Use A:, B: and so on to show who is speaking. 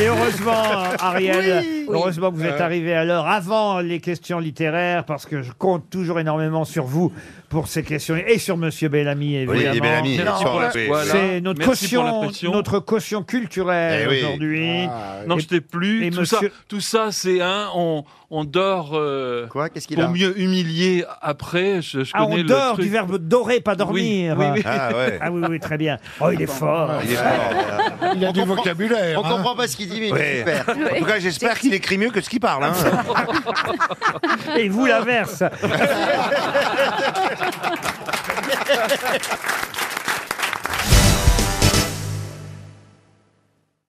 A: Et heureusement, Ariel,
B: Oui.
A: heureusement que vous êtes
B: Euh.
A: arrivé à l'heure avant les questions littéraires, parce que je compte toujours énormément sur vous pour ces questions et sur Monsieur Bellamy,
C: Oui,
A: évidemment.
C: et Bellamy, bien sûr, oui. Voilà.
A: C'est notre
C: Merci pour la
A: caution,
C: caution.
A: notre caution culturelle
C: Eh oui.
A: aujourd'hui.
D: Non,
A: Et-
D: je t'ai plus.
A: et
D: Tout,
A: monsieur-
D: ça, tout ça, c'est un. On, on dort. euh,
A: qu'il
D: Pour
A: a
D: mieux humilier après. Je, je
A: Ah,
D: connais
A: on
D: le
A: dort
D: truc.
A: du verbe dorer, pas dormir.
D: oui, oui.
A: Ah,
D: Ah, ouais.
A: oui, oui, très bien. Oh, il est fort.
C: Il est fort.
E: Il a du vocabulaire.
C: Eh, on comprend pas ce qu'il dit, mais super. En tout cas, j'espère qu'il écrit mieux que ce qu'il parle. hein. Ah.
A: Et vous, l'inverse.